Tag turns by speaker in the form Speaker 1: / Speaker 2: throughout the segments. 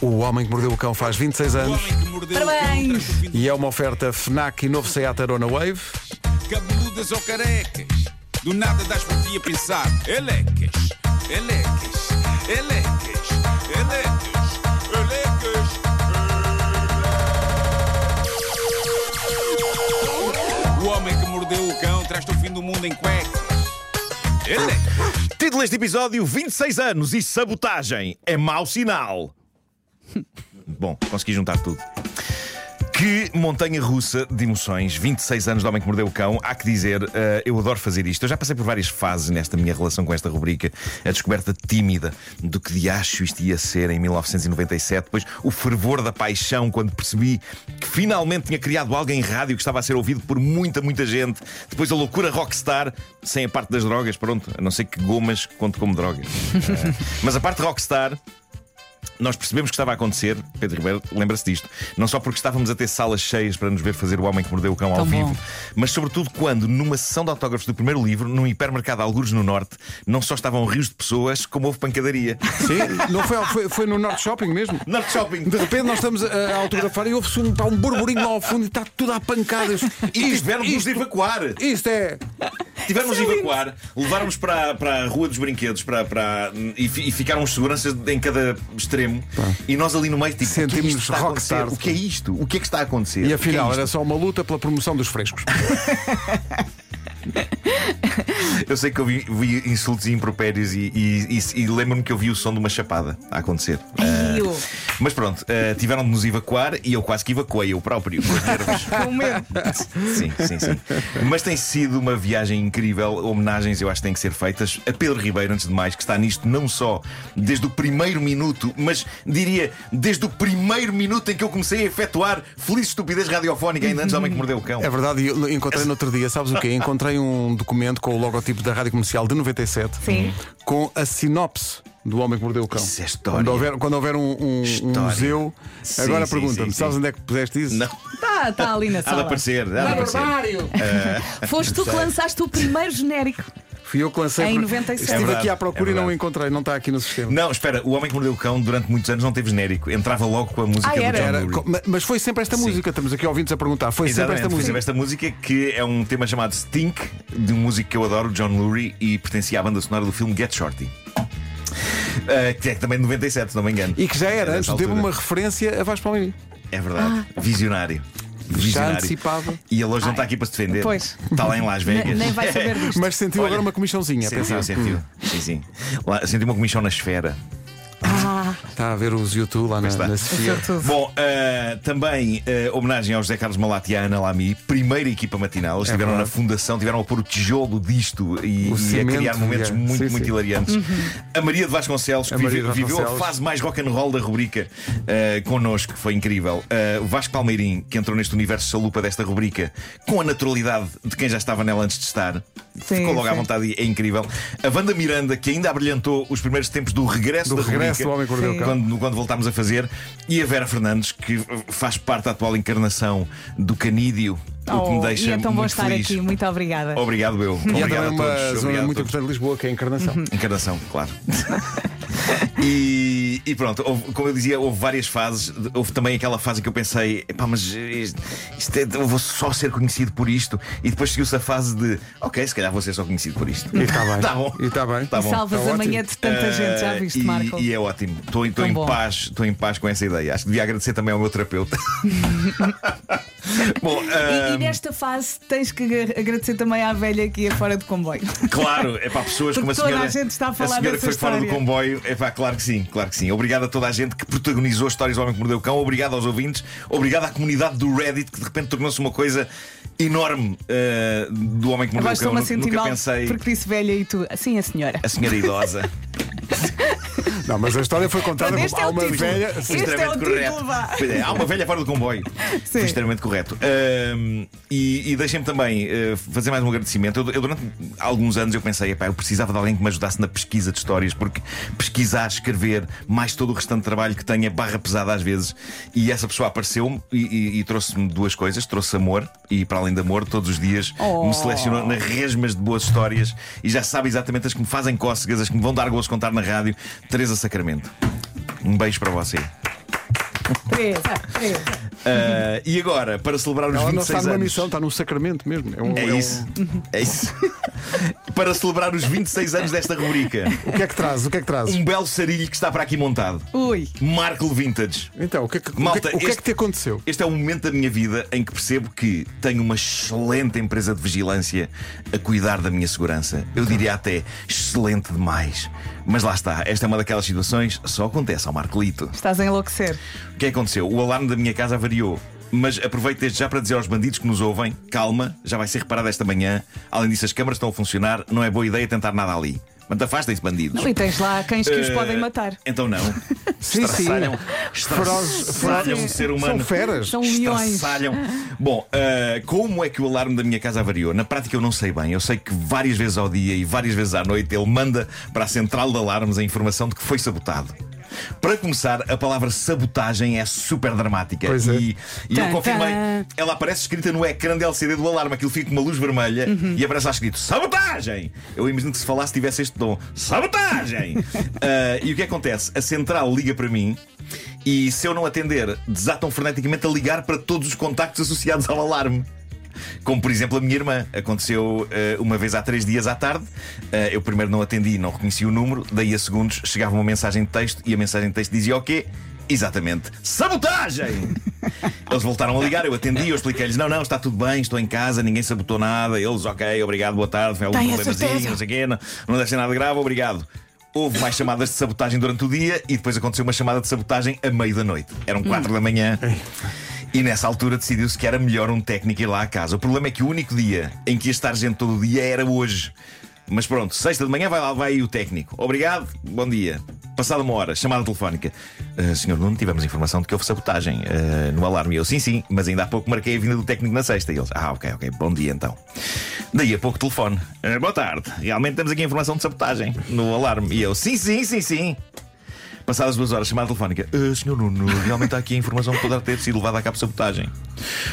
Speaker 1: O Homem que Mordeu o Cão faz 26
Speaker 2: O
Speaker 1: anos
Speaker 2: homem que mordeu
Speaker 3: Parabéns.
Speaker 2: o cão traz o fim
Speaker 1: e é uma oferta FNAC e novo Seat Arona Wave.
Speaker 2: de cabeludas ou carecas. Do nada das por ti a pensar. Elecas, elecas, elecas, elecas, elecas. O homem que mordeu o cão traz-te o fim do mundo em cuecas. Elecas.
Speaker 4: Título deste episódio: 26 anos e sabotagem é mau sinal. Bom, consegui juntar tudo. Que montanha russa de emoções, 26 anos de homem que mordeu o cão. Há que dizer, eh, eu adoro fazer isto. Eu já passei por várias fases nesta minha relação com esta rubrica. A descoberta tímida do que de acho isto ia ser em 1997. Depois o fervor da paixão quando percebi que finalmente tinha criado algo em rádio que estava a ser ouvido por muita, muita gente. Depois a loucura rockstar, sem a parte das drogas, pronto. A não ser que gomas conte como drogas. Eh, mas a parte rockstar nós percebemos que estava a acontecer, Pedro Ribeiro lembra-se disto, não só porque estávamos a ter salas cheias para nos ver fazer o Homem que Mordeu o Cão ao
Speaker 3: Tão bom.
Speaker 4: vivo, mas sobretudo quando, numa sessão de autógrafos do primeiro livro, num hipermercado Algures no Norte, não só estavam rios de pessoas, como houve pancadaria.
Speaker 1: Sim, não foi, ao- foi, foi no Norte Shopping mesmo.
Speaker 4: Norte Shopping!
Speaker 1: De repente nós estamos eh, a, a autografar e ouve-se um, pá, um burburinho lá ao fundo e está tudo a pancadas.
Speaker 4: E tiveram de nos evacuar.
Speaker 1: Isto é.
Speaker 4: Tivemos de evacuar, levaram-nos para, para a Rua dos Brinquedos para, para, e, fi- e ficaram os seguranças em cada extremo. E nós ali no meio, tipo,
Speaker 1: Sentimos-nos
Speaker 4: o que é que isto está a acontecer?
Speaker 1: rockstar.
Speaker 4: O que é isto? O que é que está a acontecer?
Speaker 1: E
Speaker 4: O que é
Speaker 1: afinal
Speaker 4: isto?
Speaker 1: era só uma luta pela promoção dos frescos.
Speaker 4: Eu sei que eu vi, vi insultos e impropérios e, e- e- e lembro-me que eu vi o som de uma chapada a acontecer.
Speaker 3: Ai,
Speaker 4: Ah,
Speaker 3: eu.
Speaker 4: mas pronto, ah, tiveram de nos evacuar e eu quase que evacuei eu próprio. com os nervos. sim, sim, sim. Mas tem sido uma viagem incrível. Homenagens eu acho que têm que ser feitas a Pedro Ribeiro, antes de mais, que está nisto não só desde o primeiro minuto, mas diria desde o primeiro minuto em que eu comecei a efetuar feliz estupidez radiofónica, ainda antes do homem que mordeu o cão.
Speaker 1: É verdade, e eu encontrei no outro dia, sabes o quê? Encontrei um documento com o logotipo da Rádio Comercial de 97
Speaker 3: Sim.
Speaker 1: com a sinopse do Homem que Mordeu o Cão.
Speaker 4: Isso é história.
Speaker 1: Quando houver, quando houver um, um- um
Speaker 4: História.
Speaker 1: museu,
Speaker 4: Sim,
Speaker 1: agora
Speaker 4: sim,
Speaker 1: pergunta-me:
Speaker 4: sim, sim.
Speaker 1: sabes onde é que puseste isso?
Speaker 4: Não,
Speaker 3: Tá, tá ali na
Speaker 4: há de
Speaker 3: sala.
Speaker 4: aparecer, há de aparecer.
Speaker 3: Foste tu que lançaste o primeiro genérico.
Speaker 1: Fui eu que lancei.
Speaker 3: Em
Speaker 1: por-
Speaker 3: 97. É
Speaker 1: Estive
Speaker 4: verdade,
Speaker 1: aqui à procura
Speaker 4: é
Speaker 1: e não o
Speaker 4: verdade.
Speaker 1: encontrei, não está aqui no sistema.
Speaker 4: Não, espera, o Homem que Mordeu o Cão durante muitos anos não teve genérico. Entrava logo com a música
Speaker 3: Ah,
Speaker 4: do
Speaker 3: era?
Speaker 4: John
Speaker 1: Era, é
Speaker 4: Lurie.
Speaker 1: co- ma- mas foi sempre esta música, estamos aqui ouvintes a perguntar. Foi sempre
Speaker 4: Exatamente,
Speaker 1: esta
Speaker 4: foi
Speaker 1: música.
Speaker 4: sempre esta música que é um tema chamado Stink, de um músico que eu adoro, John Lurie, e pertencia à banda sonora do filme Get Shorty. Ah, que é também de 97, se não me engano.
Speaker 1: E que já era, antes
Speaker 4: dessa
Speaker 1: teve
Speaker 4: altura.
Speaker 1: uma referência a Vaz Palmeiras.
Speaker 4: É verdade.
Speaker 3: Ah.
Speaker 4: Visionário.
Speaker 1: Já
Speaker 4: Visionário.
Speaker 1: antecipava.
Speaker 4: E ele hoje não está aqui para se defender.
Speaker 3: Pois.
Speaker 4: Está lá em Las Vegas.
Speaker 3: Nem vai saber disto.
Speaker 1: Mas sentiu
Speaker 4: Olha,
Speaker 1: agora uma comichãozinha. a pensar.
Speaker 4: Sentiu, sentiu. Sim, sim. Lá, senti uma comissão na esfera.
Speaker 3: Ah,
Speaker 1: Está a ver os YouTube lá na,
Speaker 4: está. É
Speaker 1: na Sofia.
Speaker 3: sobretudo.
Speaker 4: Bom, ah, também ah, homenagem ao José Carlos Malato e à Ana Lamy, primeira equipa matinal. Eles estiveram na
Speaker 1: É verdade.
Speaker 4: fundação, tiveram a pôr o tijolo disto e,
Speaker 1: O
Speaker 4: e
Speaker 1: cimento,
Speaker 4: a criar momentos
Speaker 1: é.
Speaker 4: muito,
Speaker 1: Sim,
Speaker 4: muito
Speaker 1: sim.
Speaker 4: hilariantes.
Speaker 3: Uhum.
Speaker 4: A Maria de Vasconcelos, que
Speaker 1: A Maria
Speaker 4: vive-
Speaker 1: de
Speaker 4: viveu a
Speaker 1: Vasconcelos.
Speaker 4: fase mais rock and roll da rubrica ah, connosco, foi incrível. Ah, o Vasco Palmeirim, que entrou neste universo salupa desta rubrica, com a naturalidade de quem já estava nela antes de estar.
Speaker 3: Sim,
Speaker 4: Ficou logo à
Speaker 3: sim.
Speaker 4: vontade e é incrível. A Wanda Miranda, que ainda abrilhantou os primeiros tempos do regresso
Speaker 1: Do
Speaker 4: da
Speaker 1: regresso
Speaker 4: rubrica,
Speaker 1: do Homem que Mordeu o Cão.
Speaker 4: quando, quando voltámos a fazer, e a Vera Fernandes, que faz parte da atual encarnação do Canídeo, o que
Speaker 3: Oh,
Speaker 4: me deixa
Speaker 3: e é
Speaker 1: então
Speaker 3: tão
Speaker 4: muito
Speaker 3: bom estar
Speaker 4: feliz.
Speaker 3: aqui. Muito obrigada.
Speaker 4: Obrigado, eu.
Speaker 1: E há
Speaker 4: Obrigado
Speaker 1: também
Speaker 4: a
Speaker 1: uma
Speaker 4: todos.
Speaker 1: zona
Speaker 4: Obrigado Uhum.
Speaker 1: muito
Speaker 4: a todos.
Speaker 1: importante de Lisboa, que é a encarnação.
Speaker 4: Encarnação, claro. E, e pronto, houve- como eu dizia, houve várias fases. Houve também aquela fase em que eu pensei, pá, mas isto, isto é- eu vou só ser conhecido por isto. E depois seguiu-se a fase de, ok, se calhar vou ser só conhecido por isto.
Speaker 1: E está bem.
Speaker 4: Tá bom.
Speaker 1: E está bem.
Speaker 4: Tá
Speaker 3: E
Speaker 4: bom.
Speaker 3: salvas
Speaker 1: tá
Speaker 3: a manhã
Speaker 1: ótimo.
Speaker 3: de tanta gente, já
Speaker 4: Eh,
Speaker 3: viste,
Speaker 4: e,
Speaker 3: Marco?
Speaker 4: e é ótimo. Estou estou
Speaker 3: Tão
Speaker 4: em
Speaker 3: bom.
Speaker 4: paz, estou em paz com essa ideia. Acho que devia agradecer também ao meu terapeuta. Bom,
Speaker 3: E-
Speaker 4: ah,
Speaker 3: e nesta fase tens que agra- agradecer também à velha que ia fora de comboio.
Speaker 4: claro, é para pessoas como a
Speaker 3: Porque toda
Speaker 4: senhora.
Speaker 3: a gente está a falar
Speaker 4: senhora que
Speaker 3: dessa
Speaker 4: foi fora do
Speaker 3: história.
Speaker 4: comboio, é pá, claro que sim, claro que sim. Obrigado a toda a gente que protagonizou histórias do Homem que Mordeu o Cão, obrigado aos ouvintes, obrigado à comunidade do Reddit que de repente tornou-se uma coisa enorme ah, do Homem que Mordeu
Speaker 3: Agora
Speaker 4: o Cão.
Speaker 3: estou-me a
Speaker 4: Nu-
Speaker 3: sentir
Speaker 4: Nunca
Speaker 3: mal
Speaker 4: pensei
Speaker 3: porque disse velha e tu. Sim, a senhora.
Speaker 4: a senhora idosa.
Speaker 1: Não, mas a história foi contada
Speaker 3: Mas este
Speaker 1: como
Speaker 3: é o
Speaker 1: há uma
Speaker 3: título.
Speaker 1: velha.
Speaker 4: Foi
Speaker 3: Este é o
Speaker 4: extremamente
Speaker 3: título,
Speaker 4: correto.
Speaker 3: vá.
Speaker 4: Pois é, há uma velha fora do comboio.
Speaker 3: Sim.
Speaker 4: Foi extremamente correto. Ahm, e e deixem-me também eh, fazer mais um agradecimento. Eu, eu durante alguns anos eu pensei, "Epá, eu precisava de alguém que me ajudasse na pesquisa de histórias, porque pesquisar, escrever, mais todo o restante de trabalho que tenho é barra pesada às vezes. E essa pessoa apareceu-me e, e- e trouxe-me duas coisas: trouxe amor, e para além de amor, todos os dias
Speaker 3: Oh.
Speaker 4: me selecionou nas resmas de boas histórias e já sabe exatamente as que me fazem cócegas, as que me vão dar gosto de contar na rádio. Teresa Sacramento. Um beijo para você.
Speaker 3: Presa, presa.
Speaker 4: Ah, e agora, para celebrar os
Speaker 1: Ela não
Speaker 4: 26
Speaker 1: está numa
Speaker 4: anos.
Speaker 1: missão, está num sacramento mesmo. um-
Speaker 4: É
Speaker 1: um-
Speaker 4: isso. É isso. para celebrar os 26 anos desta rubrica,
Speaker 1: O que é que traz? O que é que traz?
Speaker 4: um belo sarilho que está para aqui montado.
Speaker 3: Ui.
Speaker 4: Marco Vintage.
Speaker 1: Então, o que é que, o que é que-
Speaker 4: Malta,
Speaker 1: o que, é que
Speaker 4: este-
Speaker 1: te aconteceu?
Speaker 4: Este é o momento da minha vida em que percebo que tenho uma excelente empresa de vigilância a cuidar da minha segurança. Eu diria até excelente demais. Mas lá está, esta é uma daquelas situações, só acontece ao Marcolito.
Speaker 3: Estás a enlouquecer.
Speaker 4: O que é que aconteceu? O alarme da minha casa variou. Mas aproveito desde já para dizer aos bandidos que nos ouvem: calma, já vai ser reparado esta manhã. Além disso, as câmaras estão a funcionar, não é boa ideia tentar nada ali. Mas afastem-se, bandidos.
Speaker 3: Não, e tens lá cães que os
Speaker 4: Eh,
Speaker 3: podem matar.
Speaker 4: Então não.
Speaker 1: Sim, sim.
Speaker 4: Estraçalham.
Speaker 1: Ferozes-
Speaker 4: Estraçalham um
Speaker 1: ferozes-
Speaker 4: ser humano.
Speaker 1: São feras.
Speaker 3: São leões.
Speaker 4: Estraçalham. Bom, ah, como é que o alarme da minha casa variou? Na prática eu não sei bem. Eu sei que várias vezes ao dia e várias vezes à noite ele manda para a central de alarmes a informação de que foi sabotado. Para começar, a palavra sabotagem é super dramática.
Speaker 1: Pois é.
Speaker 4: E, e eu
Speaker 3: Tã,
Speaker 4: confirmei,
Speaker 3: tã.
Speaker 4: ela aparece escrita no ecrã de LCD do alarme, aquilo fica com uma luz vermelha e aparece lá escrito Sabotagem! Eu imagino que se falasse tivesse este dom: Sabotagem! Ah, e o que acontece? A central liga para mim e se eu não atender, desatam freneticamente a ligar para todos os contactos associados ao alarme. Como por exemplo a minha irmã. Aconteceu eh, uma vez há três dias à tarde. Eh, eu primeiro não atendi, não reconheci o número. Daí a segundos chegava uma mensagem de texto e a mensagem de texto dizia o quê? Exatamente. Sabotagem! Eles voltaram a ligar, eu atendi, eu expliquei-lhes: não, não, está tudo bem, estou em casa, ninguém sabotou nada. Eles, ok, obrigado, boa tarde, foi algum
Speaker 3: Tenho a
Speaker 4: problemazinho,
Speaker 3: certeza.
Speaker 4: não sei o quê, não, não deve ser nada grave, obrigado. Houve mais chamadas de sabotagem durante o dia e depois aconteceu uma chamada de sabotagem a meio da noite. Eram quatro da manhã. E nessa altura decidiu-se que era melhor um técnico ir lá à casa. O problema é que o único dia em que ia estar gente todo o dia era hoje. Mas pronto, sexta de manhã vai lá, vai aí o técnico. Obrigado, bom dia. Passada uma hora, chamada telefónica. "Ah, senhor Nuno, tivemos informação de que houve sabotagem ah, no alarme. E eu, sim, sim, mas ainda há pouco marquei a vinda do técnico na sexta. E eles, ah, ok, ok, bom dia então. Daí a pouco telefone. "Ah, boa tarde, realmente temos aqui a informação de sabotagem no alarme. E eu, sim, sim, sim, sim. Passadas duas horas, chamada telefónica. "Ah, senhor Nuno, realmente há aqui a informação que poderá ter sido levada a cabo sabotagem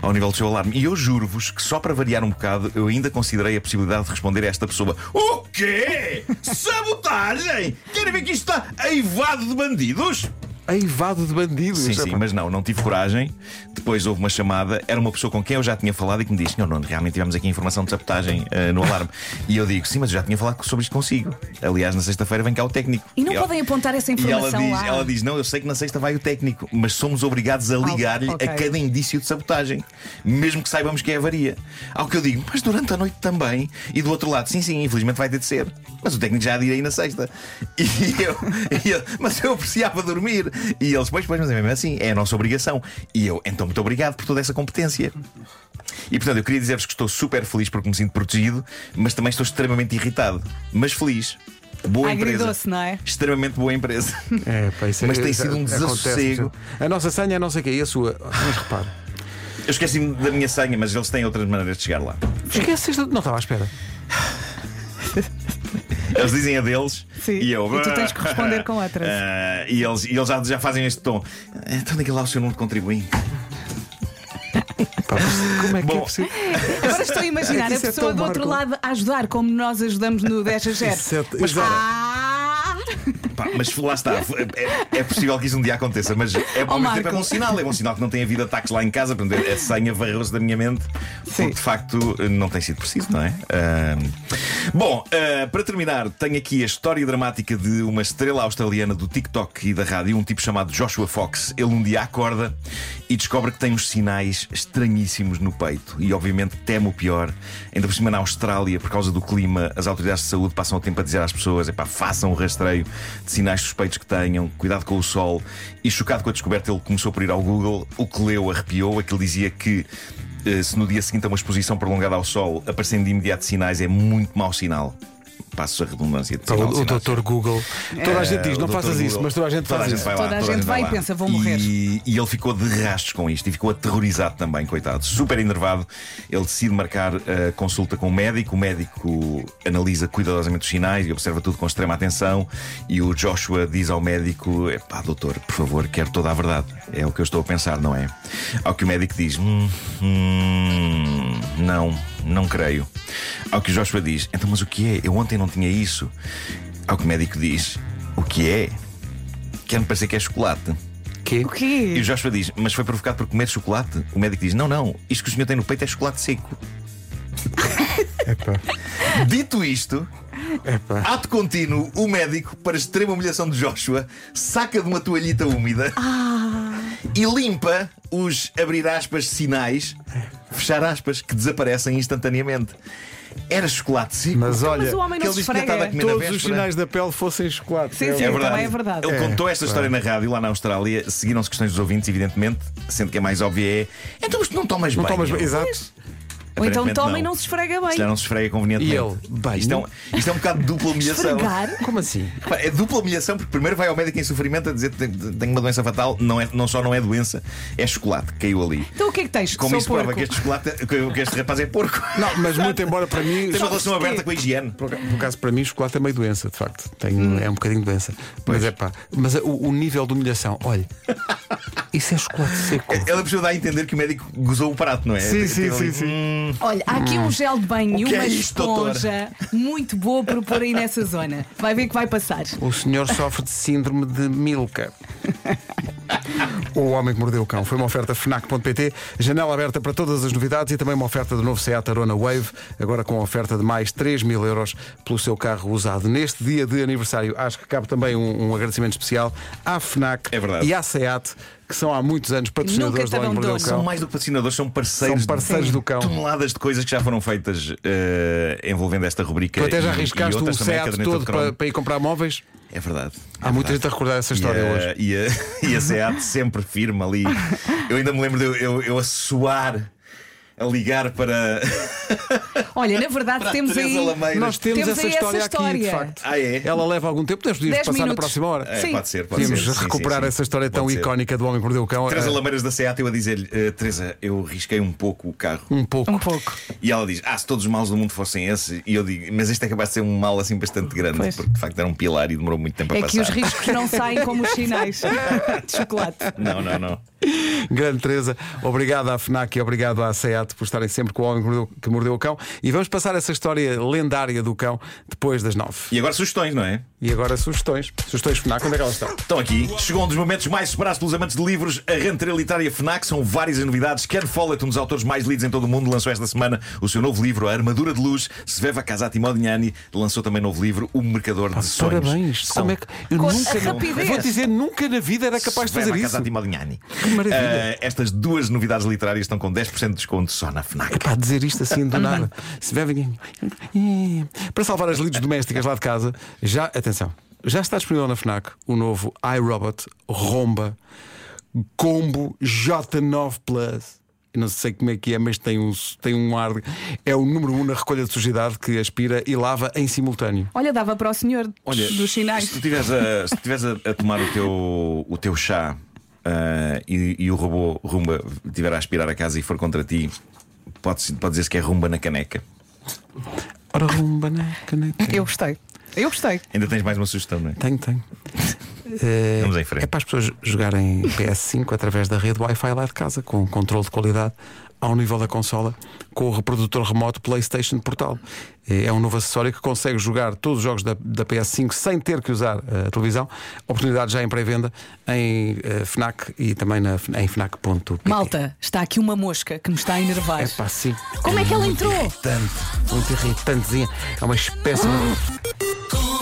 Speaker 4: ao nível do seu alarme. E eu juro-vos que só para variar um bocado, eu ainda considerei a possibilidade de responder a esta pessoa: O quê? Sabotagem? Querem ver que isto está aivado de bandidos?
Speaker 1: Aivado de bandidos.
Speaker 4: Sim, sim, mas não, não tive coragem. Depois houve uma chamada, era uma pessoa com quem eu já tinha falado e que me disse: Não, não, realmente tivemos aqui informação de sabotagem eh, no alarme. E eu digo: Sim, mas eu já tinha falado sobre isto consigo. Aliás, na sexta-feira vem cá o técnico.
Speaker 3: E não
Speaker 4: ela-
Speaker 3: podem apontar essa
Speaker 4: E ela
Speaker 3: informação
Speaker 4: diz,
Speaker 3: lá.
Speaker 4: ela diz: Não, eu sei que na sexta vai o técnico, mas somos obrigados a ligar-lhe
Speaker 3: ok.
Speaker 4: a cada indício de sabotagem, mesmo que saibamos que é avaria. Ao que eu digo: Mas durante a noite também. E do outro lado: Sim, sim, infelizmente vai ter de ser. Mas o técnico já há de ir aí na sexta. E eu, e eu- mas eu precisava dormir. E eles: Pois, pois, mas é mesmo assim, é a nossa obrigação. E eu: Então, muito obrigado por toda essa competência. E portanto, eu queria dizer-vos que estou super feliz porque me sinto protegido, mas também estou extremamente irritado. Mas feliz. Boa
Speaker 3: Agridou-se,
Speaker 4: empresa.
Speaker 3: não é?
Speaker 4: Extremamente boa empresa.
Speaker 1: É, pá, isso é-
Speaker 4: Mas tem
Speaker 1: isso
Speaker 4: sido um
Speaker 1: acontece,
Speaker 4: desassossego.
Speaker 1: portanto. A nossa senha é a nossa que é a sua. Mas repara.
Speaker 4: Eu esqueci-me da minha senha, mas eles têm outras maneiras de chegar lá.
Speaker 1: Esqueces. de- Não estava à espera.
Speaker 4: Eles dizem a deles
Speaker 3: Sim.
Speaker 4: e eu.
Speaker 3: E tu tens que responder com outras.
Speaker 4: Ah, e eles, e eles já, já fazem este tom. Então, daquele lá o seu número de contribuinte.
Speaker 1: Pá, mas como é que
Speaker 4: Bom.
Speaker 1: é possível?
Speaker 3: Agora estou a
Speaker 1: É
Speaker 3: imaginar a
Speaker 1: que isso é
Speaker 3: pessoa
Speaker 1: tão
Speaker 3: do outro
Speaker 1: Marco.
Speaker 3: lado a ajudar, como nós ajudamos no 10 a 0.
Speaker 1: Isso é-
Speaker 4: Mas
Speaker 1: exato.
Speaker 3: Ah!
Speaker 4: Pá, mas lá está. É, é possível que isso um dia aconteça, mas é, ao
Speaker 3: Oh,
Speaker 4: mesmo tempo é
Speaker 3: Marco.
Speaker 4: bom sinal. É bom sinal que não tem havido ataques lá em casa. Portanto, a senha varreu-se da minha mente,
Speaker 3: Sim.
Speaker 4: porque de facto não tem sido preciso, não é? Ah, Bom, ah, para terminar, tenho aqui a história dramática de uma estrela australiana do TikTok e da rádio, um tipo chamado Joshua Fox. Ele um dia acorda e descobre que tem uns sinais estranhíssimos no peito e, obviamente, teme o pior. Ainda por cima, na Austrália, por causa do clima, as autoridades de saúde passam o tempo a dizer às pessoas: epá, façam o rastreio de sinais suspeitos que tenham, cuidado com o sol. E chocado com a descoberta, ele começou por ir ao Google. O que leu arrepiou, aquilo dizia que eh, se no dia seguinte a uma exposição prolongada ao sol aparecendo de imediato sinais, é muito mau sinal. Passo a redundância de
Speaker 1: Pá,
Speaker 4: sinal,
Speaker 1: Então, o, o
Speaker 4: sinal, Eh,
Speaker 1: doutor Google. Toda a gente diz,
Speaker 4: o
Speaker 1: não
Speaker 4: Dr.
Speaker 1: faças isso,
Speaker 4: Google.
Speaker 1: mas toda a gente
Speaker 4: Toda
Speaker 1: faz isso.
Speaker 4: vai lá,
Speaker 3: Toda a gente vai e
Speaker 4: lá.
Speaker 3: pensa, vou morrer.
Speaker 4: E, e ele ficou de rastos com isto e ficou aterrorizado também, coitado. Super enervado. Ele decide marcar a consulta com o médico. O médico analisa cuidadosamente os sinais e observa tudo com extrema atenção. E o Joshua diz ao médico: pá, doutor, por favor, quero toda a verdade. É o que eu estou a pensar, não é? Ao que o médico diz: hum, hum, não, não creio. Ao que o Joshua diz: então, mas o que é? Eu ontem não tinha isso. Ao que o médico diz: o que é? Quer-me parecer que é chocolate.
Speaker 1: Que quê?
Speaker 3: O quê?
Speaker 4: E o Joshua diz: Mas foi provocado por comer chocolate? O médico diz: Não, não, isto que o senhor tem no peito é chocolate seco.
Speaker 1: Epá,
Speaker 4: Dito isto,
Speaker 1: epá.
Speaker 4: ato contínuo, o médico, para extrema humilhação de Joshua, saca de uma toalhita úmida
Speaker 3: Ah.
Speaker 4: e limpa os abrir aspas sinais, fechar aspas, que desaparecem instantaneamente. Era chocolate seco.
Speaker 1: Mas olha,
Speaker 3: Mas o homem
Speaker 4: que
Speaker 3: não
Speaker 4: ele
Speaker 3: se
Speaker 4: disse que estava a
Speaker 3: esfrega.
Speaker 4: comer na
Speaker 1: todos
Speaker 4: véspera.
Speaker 1: os sinais da pele fossem chocolate.
Speaker 3: Sim,
Speaker 1: É
Speaker 3: sim.
Speaker 1: verdade.
Speaker 3: Também é verdade.
Speaker 4: Ele
Speaker 1: É,
Speaker 4: contou esta história na rádio lá na Austrália. Seguiram as questões dos ouvintes, evidentemente, sendo que a mais óbvia é: então, mas tu não tomas
Speaker 1: Não
Speaker 4: banho.
Speaker 1: tomas bem, exato.
Speaker 3: Ou então
Speaker 4: Aparentemente
Speaker 3: toma e não se esfrega bem.
Speaker 4: Isto é um- já não se esfrega convenientemente.
Speaker 1: E ele, banho?
Speaker 4: Isto é um, isto é um bocado de dupla humilhação.
Speaker 3: Esfregar?
Speaker 1: Como assim?
Speaker 4: Pá, É dupla humilhação, porque primeiro vai ao médico em sofrimento a dizer que tem- tenho uma doença fatal, não, é, não só não é doença, é chocolate, caiu ali.
Speaker 3: Então o que é que tens?
Speaker 4: Como
Speaker 3: Sou
Speaker 4: isso
Speaker 3: porco.
Speaker 4: prova que este chocolate, que que este rapaz é porco.
Speaker 1: Não, mas muito embora para mim.
Speaker 4: Tem uma
Speaker 1: por,
Speaker 4: relação aberta com a higiene.
Speaker 1: aca- por acaso, para mim, chocolate é meio doença, de facto. Tenho,
Speaker 4: Hum.
Speaker 1: É um bocadinho doença. Mas é pá. Mas o, o nível de humilhação, olha, isso é chocolate seco.
Speaker 4: Ela precisou dar a entender que o médico gozou o prato, não é?
Speaker 1: Sim,
Speaker 4: Tem-
Speaker 1: sim,
Speaker 4: tem
Speaker 1: sim,
Speaker 4: ali-
Speaker 1: sim.
Speaker 3: Olha, há aqui um gel de banho e
Speaker 4: O que é
Speaker 3: uma
Speaker 4: isto, doutora?
Speaker 3: esponja muito boa para pôr aí nessa zona. Vai ver que vai passar.
Speaker 1: O senhor sofre de síndrome de Milka. O Homem que Mordeu o Cão foi uma oferta FNAC.pt, janela aberta para todas as novidades e também uma oferta do novo Seat Arona Wave, agora com oferta de mais 3 mil euros pelo seu carro usado. Neste dia de aniversário, acho que cabe também um, um agradecimento especial à FNAC
Speaker 4: É verdade.
Speaker 1: e à Seat, que são há muitos anos patrocinadores do
Speaker 3: Nunca
Speaker 1: Homem que Mordeu o
Speaker 3: terão
Speaker 4: São
Speaker 1: Cão.
Speaker 4: mais do que patrocinadores, são parceiros,
Speaker 1: São parceiros
Speaker 4: de
Speaker 1: do cão.
Speaker 4: Toneladas de coisas que já foram feitas eh, envolvendo esta rubrica.
Speaker 1: Tu até já
Speaker 4: e- e
Speaker 1: arriscaste o
Speaker 4: outras também, é a
Speaker 1: Seat
Speaker 4: caderneta
Speaker 1: todo
Speaker 4: de
Speaker 1: para,
Speaker 4: Crono.
Speaker 1: para ir comprar móveis?
Speaker 4: É verdade.
Speaker 1: Há muita gente a recordar essa história
Speaker 4: e a,
Speaker 1: hoje.
Speaker 4: E a, e a SEAT sempre firme ali. Eu ainda me lembro de eu, eu, eu a suar, a ligar para.
Speaker 3: Olha, na verdade
Speaker 4: Para a
Speaker 3: temos
Speaker 4: Teresa
Speaker 3: aí.
Speaker 4: Lameira.
Speaker 1: Nós temos,
Speaker 3: Temos
Speaker 1: essa
Speaker 3: aí
Speaker 1: história
Speaker 3: essa
Speaker 1: aqui, de
Speaker 3: história.
Speaker 1: facto.
Speaker 4: Ah, é?
Speaker 1: Ela leva algum tempo, podemos podíamos
Speaker 3: Dez
Speaker 1: passar na
Speaker 3: minutos.
Speaker 1: podíamos hora.
Speaker 4: É,
Speaker 3: Sim.
Speaker 4: Pode ser, pode
Speaker 1: Podíamos
Speaker 4: ser. Sim, sim,
Speaker 1: recuperar
Speaker 4: sim.
Speaker 1: essa história tão
Speaker 4: Pode ser.
Speaker 1: icónica do Homem que Mordeu o Cão.
Speaker 4: Teresa
Speaker 1: Eh,
Speaker 4: Lameiras da SEAT, eu a dizer-lhe, "Eh, Teresa, eu risquei um pouco o carro.
Speaker 1: Um pouco.
Speaker 3: Um pouco.
Speaker 4: E ela diz: Ah, se todos os maus do mundo fossem esse, e eu digo: Mas este é capaz de ser um mal assim bastante grande,
Speaker 3: Pois.
Speaker 4: porque de facto era um pilar e demorou muito tempo a
Speaker 3: É
Speaker 4: passar.
Speaker 3: que os riscos não saem como os sinais de chocolate.
Speaker 4: Não, não, não.
Speaker 1: Grande Teresa, obrigado à FNAC e obrigado à SEAT por estarem sempre com o Homem que Mordeu, que Mordeu o Cão. E vamos passar essa história lendária do cão depois das nove.
Speaker 4: E agora sugestões, não é?
Speaker 1: E agora sugestões. Sugestões FNAC, onde é que elas estão?
Speaker 4: Estão aqui. Chegou um dos momentos mais esperados pelos amantes de livros, a Rentrée Literária Fnac. São várias as novidades. Ken Follett, um dos autores mais lidos em todo o mundo, lançou esta semana o seu novo livro, A Armadura de Luz. Sveva Casati Modignani lançou também novo livro, O Mercador de Sonhos.
Speaker 1: Parabéns.
Speaker 4: São
Speaker 1: Como é que. Eu
Speaker 3: Com a
Speaker 1: nunca.
Speaker 3: rapidez.
Speaker 1: Vou dizer, nunca na vida era capaz de
Speaker 4: Sveva
Speaker 1: fazer isso.
Speaker 4: Casati Modignani.
Speaker 1: Que maravilha.
Speaker 4: Eh, estas duas novidades literárias estão com 10% de desconto só na Fnac.
Speaker 1: Epá, dizer isto assim do nada. Se bebem. Para salvar as lides domésticas lá de casa, já, atenção, já está disponível na Fnac o novo iRobot Romba Combo J9 Plus. Eu não sei como é que é, mas tem um, tem um ar. de- É o número um na recolha de sujidade que aspira e lava em simultâneo.
Speaker 3: Olha, dava para o senhor
Speaker 4: Olha,
Speaker 3: dos sinais.
Speaker 4: É, Se tu estiveres a, se tu tiveres a- a tomar o teu, o teu chá ah, e, e o robô rumba estiver a aspirar a casa e for contra ti, pode, pode dizer-se que é rumba na caneca.
Speaker 1: Ora, rumba, né? Caneca.
Speaker 3: Eu gostei. Eu gostei.
Speaker 4: Ainda tens mais uma sugestão, não é?
Speaker 1: Tenho, tenho. Eh,
Speaker 4: Vamos em frente.
Speaker 1: É para as pessoas jogarem PS5 através da rede Wi-Fi lá de casa, com controle de qualidade ao nível da consola, com o reprodutor remoto PlayStation Portal. Eh, É um novo acessório que consegue jogar todos os jogos da, da PS5 sem ter que usar eh, a televisão. Oportunidade já em pré-venda em eh, Fnac e também na, Fn- em Fnac.pt.
Speaker 3: Malta, está aqui uma mosca que me está a enervar.
Speaker 1: É pá, sim.
Speaker 3: Como é que ela entrou? Ah.
Speaker 1: Irritante, muito irritantezinha. É uma espécie. de-